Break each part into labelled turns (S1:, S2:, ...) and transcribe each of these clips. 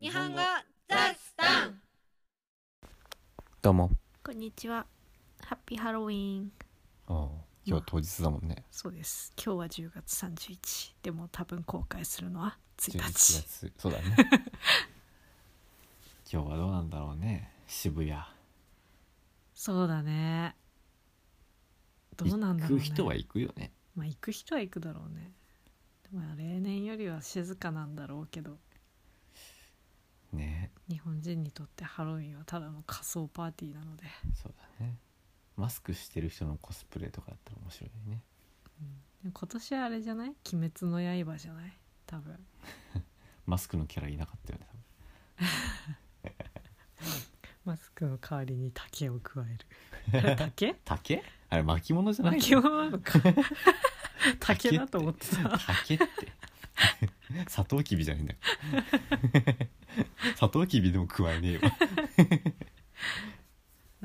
S1: 日本語ザスタン
S2: どうも
S3: こんにちは。ハッピーハロウィン。
S2: ああ今日当日だもんね
S3: そうです。今日は10月31日。でも多分公開するのは1
S2: 11
S3: 日。
S2: 月そうだね 今日はどうなんだろうね渋谷
S3: そうだね。どうなんだろう、ね。
S2: 行く人は行くよね
S3: まあ行く人は行くだろうね。でも例年よりは静かなんだろうけど、
S2: ね
S3: 日本人にとってハロウィンはただの仮装パーティーなので、
S2: そうだねマスクしてる人のコスプレとかだったら面白いね
S3: でも今年はあれじゃない？鬼滅の刃じゃない？多分。
S2: マスクのキャラいなかったよね
S3: マスクの代わりに竹を加える。 竹？
S2: 竹あれ巻物じゃない
S3: 巻物 なのか。竹だと思ってた。
S2: 竹って サトウキビじゃねえんだよサトウキビでも食わねえわ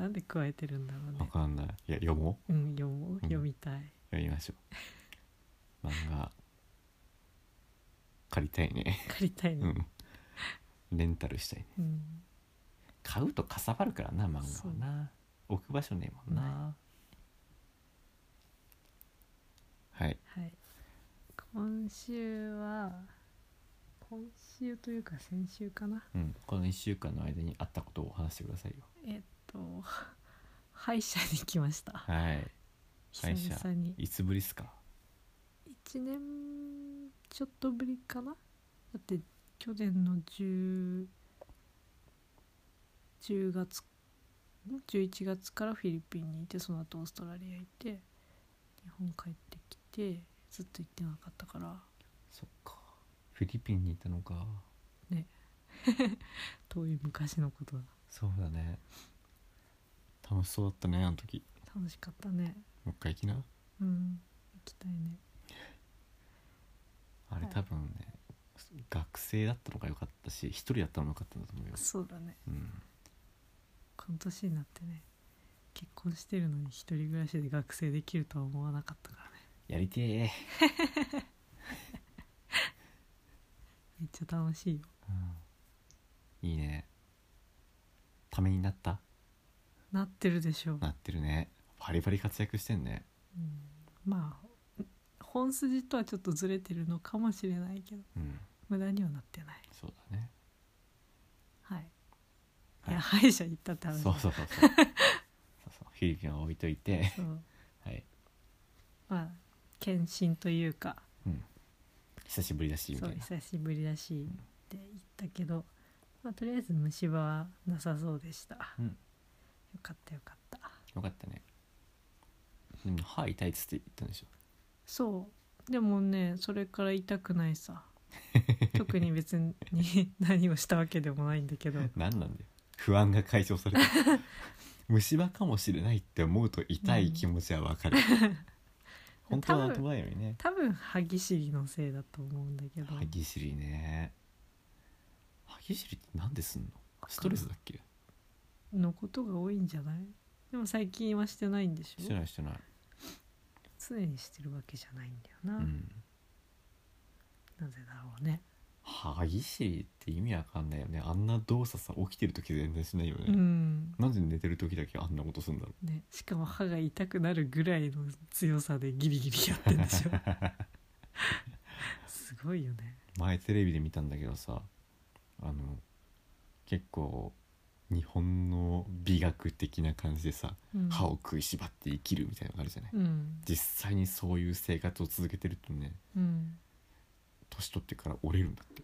S3: なんで加えてるんだろう
S2: わ
S3: ね。
S2: かんないいや読もう
S3: うん、読もう、読みたい。
S2: 読みましょう漫画借りたいね
S3: 借りたいうね。
S2: んレンタルしたいね
S3: うん。
S2: 買うとかさばるからな漫画は
S3: そう
S2: な置く場所ねえもんなはい
S3: はい。今週は。今週というか、先週かな。
S2: うん、この1週間の間にあったことを話してくださいよ
S3: えっと。歯医者に来ました。
S2: はい歯
S3: 久
S2: 医者
S3: 々に。
S2: いつぶりっすか
S3: 一年。ちょっとぶりかな。だって。去年の十。10月ん11月からフィリピンにいてその後オーストラリア行って日本帰ってきてずっと行ってなかったから
S2: そっかフィリピンにいたのか
S3: 遠い昔のことだ
S2: そうだね楽しそうだったねあの時
S3: 楽しかったね
S2: もう一回行きな
S3: うん行きたいね
S2: あれ
S3: はい
S2: 多分ね、学生だったのが良かったし一人だったのも良かったんだと思うよ、
S3: そうだね
S2: うん、
S3: この年になってね結婚してるのに一人暮らしで学生できるとは思わなかったからね
S2: やりてえ、
S3: めっちゃ楽しいよ
S2: いいねためになった
S3: なってるでしょう、
S2: なってるねバリバリ活躍してんね
S3: うん、まあ本筋とはちょっとずれてるのかもしれないけど
S2: うん
S3: 無駄にはなってない
S2: そうだね
S3: はい、
S2: はい
S3: い、や歯医者行ったって話
S2: そうそうそうそうそうそうフィリピンは置いといて
S3: そう
S2: はい、
S3: まあ検診というか
S2: うん、久しぶりだしみ
S3: そ
S2: た
S3: う
S2: いな
S3: 久しぶりだしって言ったけど、まあ、とりあえず虫歯はなさそうでした、
S2: うん
S3: よかったよかった
S2: よかったねでも歯痛いっつって言ったんでしょ
S3: そうでもねそれから痛くないさ特に別に何をしたわけでもないんだけど
S2: 何なんだよ不安が解消された 虫歯かもしれないって思うと痛い気持ちはわかる、本当は
S3: 多分
S2: 後前よりね
S3: 多分歯ぎしりのせいだと思うんだけど
S2: 歯ぎしりね歯ぎしりって何ですんのストレスだっけ
S3: のことが多いんじゃないでも最近はしてないんでし
S2: して
S3: ょ
S2: ないしてない、
S3: 常にしてるわけじゃないんだよな、
S2: うん、
S3: なぜだろうね
S2: 歯ぎしりって意味わかんないよねあんな動作さ起きてる時全然しないよね、
S3: うん
S2: なんで寝てる時だけあんなことするんだろ
S3: ね、しかも歯が痛くなるぐらいの強さでギリギリやってんで しょすごいよね
S2: う前テレビで見たんだけどさあの結構日本の美学的な感じでさ、
S3: うん
S2: 歯を食いしばって生きるみたいなのがあるじゃない、
S3: うん
S2: 実際にそういう生活を続けてるとね
S3: うん
S2: 年取ってから折れるんだって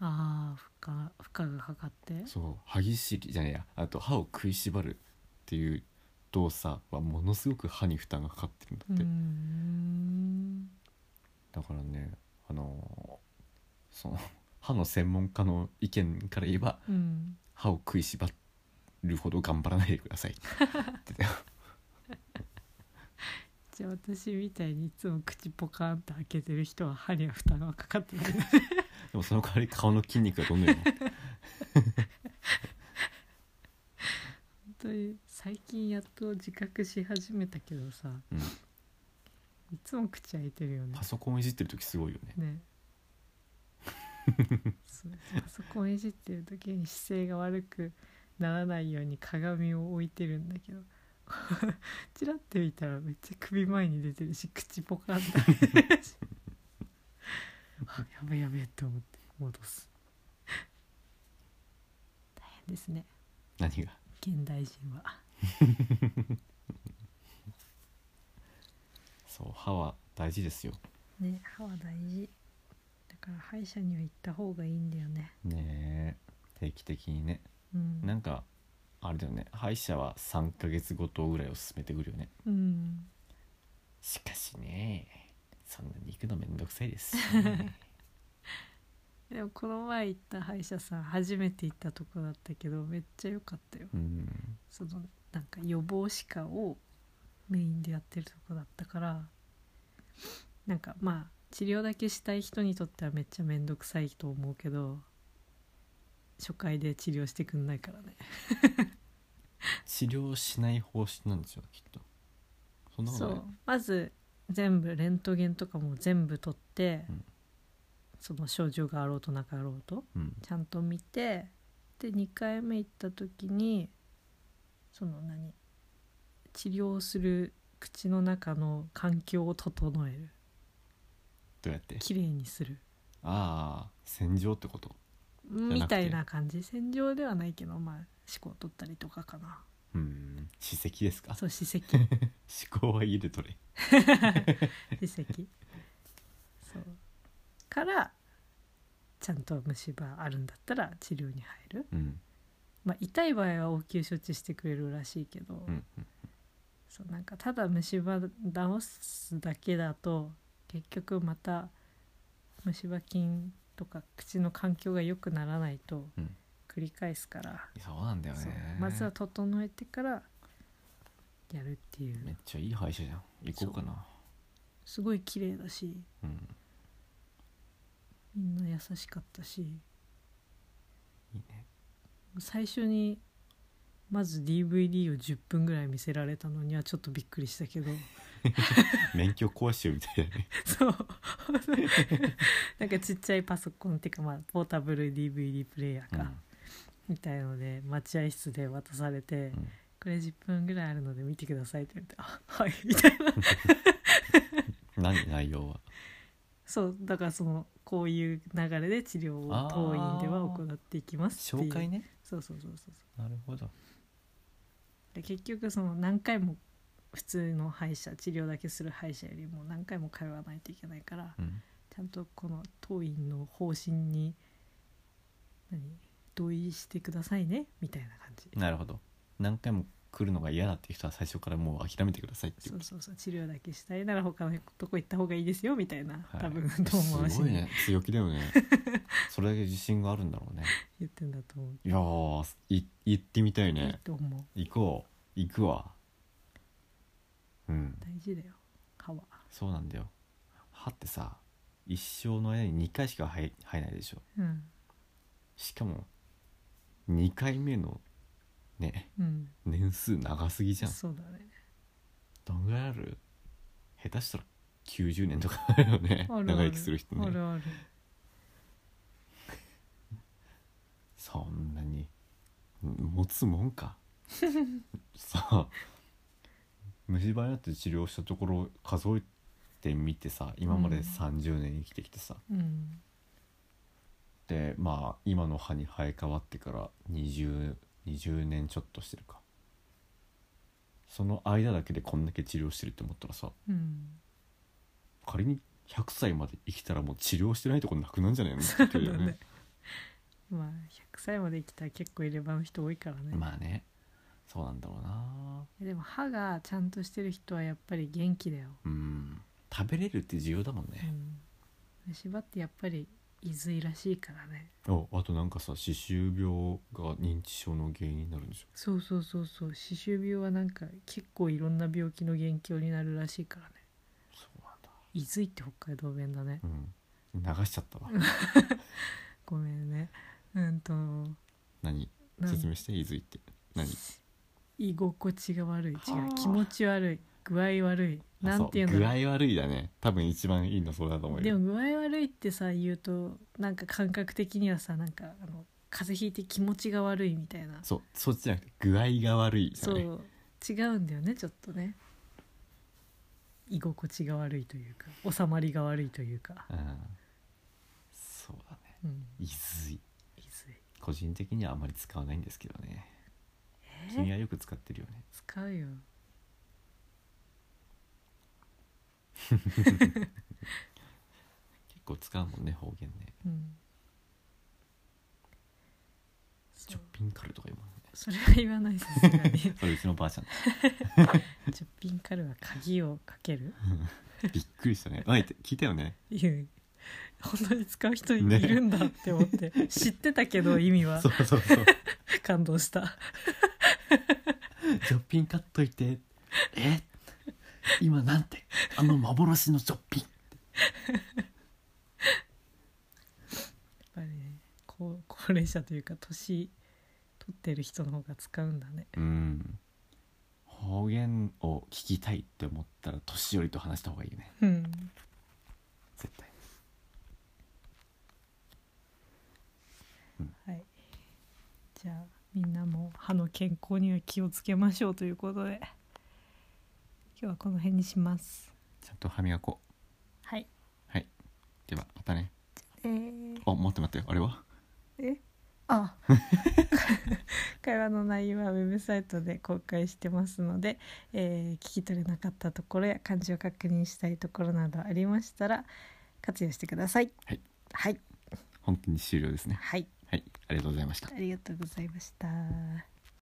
S3: ああ負荷負荷がかかって
S2: そう歯ぎしりじゃねえやあと歯を食いしばるっていう動作はものすごく歯に負担がかかってるんだ
S3: う
S2: って、
S3: ん
S2: だからねあのーその 歯の専門家の意見から言えば
S3: うん
S2: 歯を食いしばるほど頑張らないでくださいって言って
S3: じゃあ私みたいにいつも口ポカーンと開けてる人は歯には負担がかかってない
S2: でもその代わり顔の筋肉がどんどん
S3: 本当に最近やっと自覚し始めたけどさ、
S2: うん
S3: いつも口開いてるよね
S2: パソコンいじってる時すごいよね
S3: ねそうパソこうねじってる時に姿勢が悪くならないように鏡を置いてるんだけど チラッて見たらめっちゃ首前に出てるし口ポカ ンって開いてるしあやべやべって思って戻す大変ですね
S2: 何が
S3: 現代人は
S2: そう歯は大事ですよ
S3: ね歯は大事だから歯医者には行った方がいいんだよね
S2: ねえ定期的にね
S3: うん
S2: なんかあれだよね歯医者は3ヶ月ごとぐらいを進めてくるよね
S3: うん
S2: しかしねそんなに行くのめんどくさいですしね
S3: でもこの前行った歯医者さん初めて行ったとこだったけどめっちゃ良かったよ
S2: うん
S3: そのなんか予防歯科をメインでやってるとこだったからなんかまあ治療だけしたい人にとってはめっちゃ面倒くさいと思うけど初回で治療してくんないからね
S2: 治療しない方針なんですよきっとそんなこ
S3: そ
S2: とないう
S3: まず全部レントゲンとかも全部取って、
S2: うん
S3: その症状があろうとなかろうと
S2: うん
S3: ちゃんと見てで2回目行った時にその何治療する口の中の環境を整える
S2: どうやって
S3: きれいにする
S2: ああ洗浄ってことて
S3: みたいな感じ洗浄ではないけどまあ歯垢を取ったりとかかな
S2: うん歯石ですか
S3: そう歯石
S2: 歯垢は家で取れ
S3: 歯石 そうからちゃんと虫歯あるんだったら治療に入る、
S2: うん
S3: まあ、痛い場合は応急処置してくれるらしいけど、
S2: うん
S3: そうなんかただ虫歯治すだけだと結局また虫歯菌とか口の環境が良くならないと
S2: うん
S3: 繰り返すから、
S2: そうなんだよ
S3: そう
S2: ね
S3: まずは整えてからやるってい
S2: めっ
S3: う
S2: ちゃいい歯医者じゃん行こうかな
S3: すごい綺麗だし
S2: うん
S3: みんな優しかったし
S2: いいね
S3: 最初にまず DVD を10分ぐらい見せられたのにはちょっとびっくりし たけど。
S2: 免許講習みたいなね
S3: そう。 なんかちっちゃいパソコンっていうかまあポータブル DVD プレイヤーか、みたいので待合室で渡されて、
S2: うんうん
S3: これ10分ぐらいあるので見てくださいって言って「あはい」みたいな
S2: 何内容は
S3: そうだからそのこういう流れで治療を当院では行っていきますって
S2: 紹
S3: いう
S2: 介ね
S3: そうそうそうそう
S2: なるほど
S3: で結局その何回も普通の歯医者治療だけする歯医者よりも何回も通わないといけないから、
S2: うん
S3: ちゃんとこの当院の方針に何同意してくださいねみたいな感じ
S2: なるほど何回も来るのが嫌だっていう人は最初からもう諦めてくださいってい
S3: そううそうそう治療だけしたいなら他のとこ行った方がいいですよみたいな、
S2: はい
S3: 多分遠回し
S2: すごい
S3: に
S2: ね強気だ よねそれだけ自信があるんだろうね
S3: 言ってんだと思う、
S2: いやーい行ってみたい
S3: いい
S2: ね
S3: と思う
S2: 行こう行くわうん
S3: 大事だよ歯は
S2: そうなんだよ歯ってさ一生の間に2回しか生え生えないでしょ
S3: うん
S2: しかも2回目のね
S3: うん
S2: 年数長すぎじゃん
S3: そうだね
S2: どんぐらいある下手したら90年とかあるよね
S3: あるある
S2: 長生きする人
S3: あ
S2: ね
S3: るある
S2: そんなに持つもん かさあ虫歯になって治療したところ数えてみてさ今まで
S3: うん
S2: 30年生きてきてさ、
S3: うん
S2: でまあ今の歯に生え変わってから 20, 20年ちょっとしてるかその間だけでこんだけ治療してるって思ったらさ
S3: うん
S2: 仮に100歳まで生きたらもう治療してないとこなくなんじゃないのっていう
S3: そうだ
S2: ね
S3: ねまあ100歳まで生きたら結構入れ歯の人多いからね、
S2: まあねそうなんだろうな
S3: でも歯がちゃんとしてる人はやっぱり元気だよ
S2: うん食べれるって重要だもん
S3: う
S2: ね、
S3: ん、虫歯ってやっぱり伊豆らしいからね
S2: ああとなんかさ歯周病が認知症の原因になるんでしょ
S3: そうそうそうそう歯周病はなんか結構いろんな病気の元凶になるらしいからね
S2: そうなんだ
S3: 伊豆って北海道弁だね
S2: うん流しちゃったわ
S3: ごめんねうんと
S2: 何
S3: なん
S2: 説明していずいって何
S3: 居心地が悪い違
S2: はあ
S3: う気持ち悪い具合悪い
S2: あ
S3: なんていうん
S2: そう
S3: だ
S2: 具
S3: ろ
S2: 合悪いだね多分一番いいのそれだと思
S3: う
S2: う
S3: でも
S2: よ
S3: 具合悪いってさ言うとなんか感覚的にはさなんかあの風邪ひいて気持ちが悪いみたいな
S2: そうそっちじゃなくて具合が悪いだ
S3: そ
S2: ね
S3: う違うんだよねちょっとね居心地が悪いというか収まりが悪いというか、
S2: うんそうだね
S3: うん、
S2: いずい
S3: いずい
S2: 個人的にはあまり使わないんですけどね君はよく使ってるよね
S3: 使うよ
S2: 結構使うもんね方言ね
S3: うん
S2: ち
S3: そ
S2: ょ
S3: う
S2: っぴんかるとか言うもんね
S3: それは言わないさすが に
S2: それうちのばあちゃん
S3: ちょっぴんカルは鍵をかける
S2: びっくりしたねあいて聞いたよね
S3: いう本当に使う人い
S2: ね
S3: るんだって思って、知ってたけど意味は
S2: そうそうそう
S3: 感動した
S2: 「ジョッピン買っといて」え今なんてあの幻のジョッピン
S3: やっぱりね高高齢者というか年取ってる人の方が使うんだね
S2: うん方言を聞きたいって思ったら年寄りと話した方がいいよね
S3: うん
S2: 絶対
S3: はいじゃあみんなも歯の健康には気をつけましょうということで今日はこの辺にします
S2: ちゃんと歯磨こう
S3: はい
S2: はいではまたね
S3: えー、
S2: あ待って待ってあれは
S3: えあ会話の内容はウェブサイトで公開してますので、えー聞き取れなかったところや漢字を確認したいところなどありましたら活用してください
S2: はい
S3: はい、
S2: 本当に終了ですね
S3: はい、
S2: はいありがとうございました
S3: ありがとうございました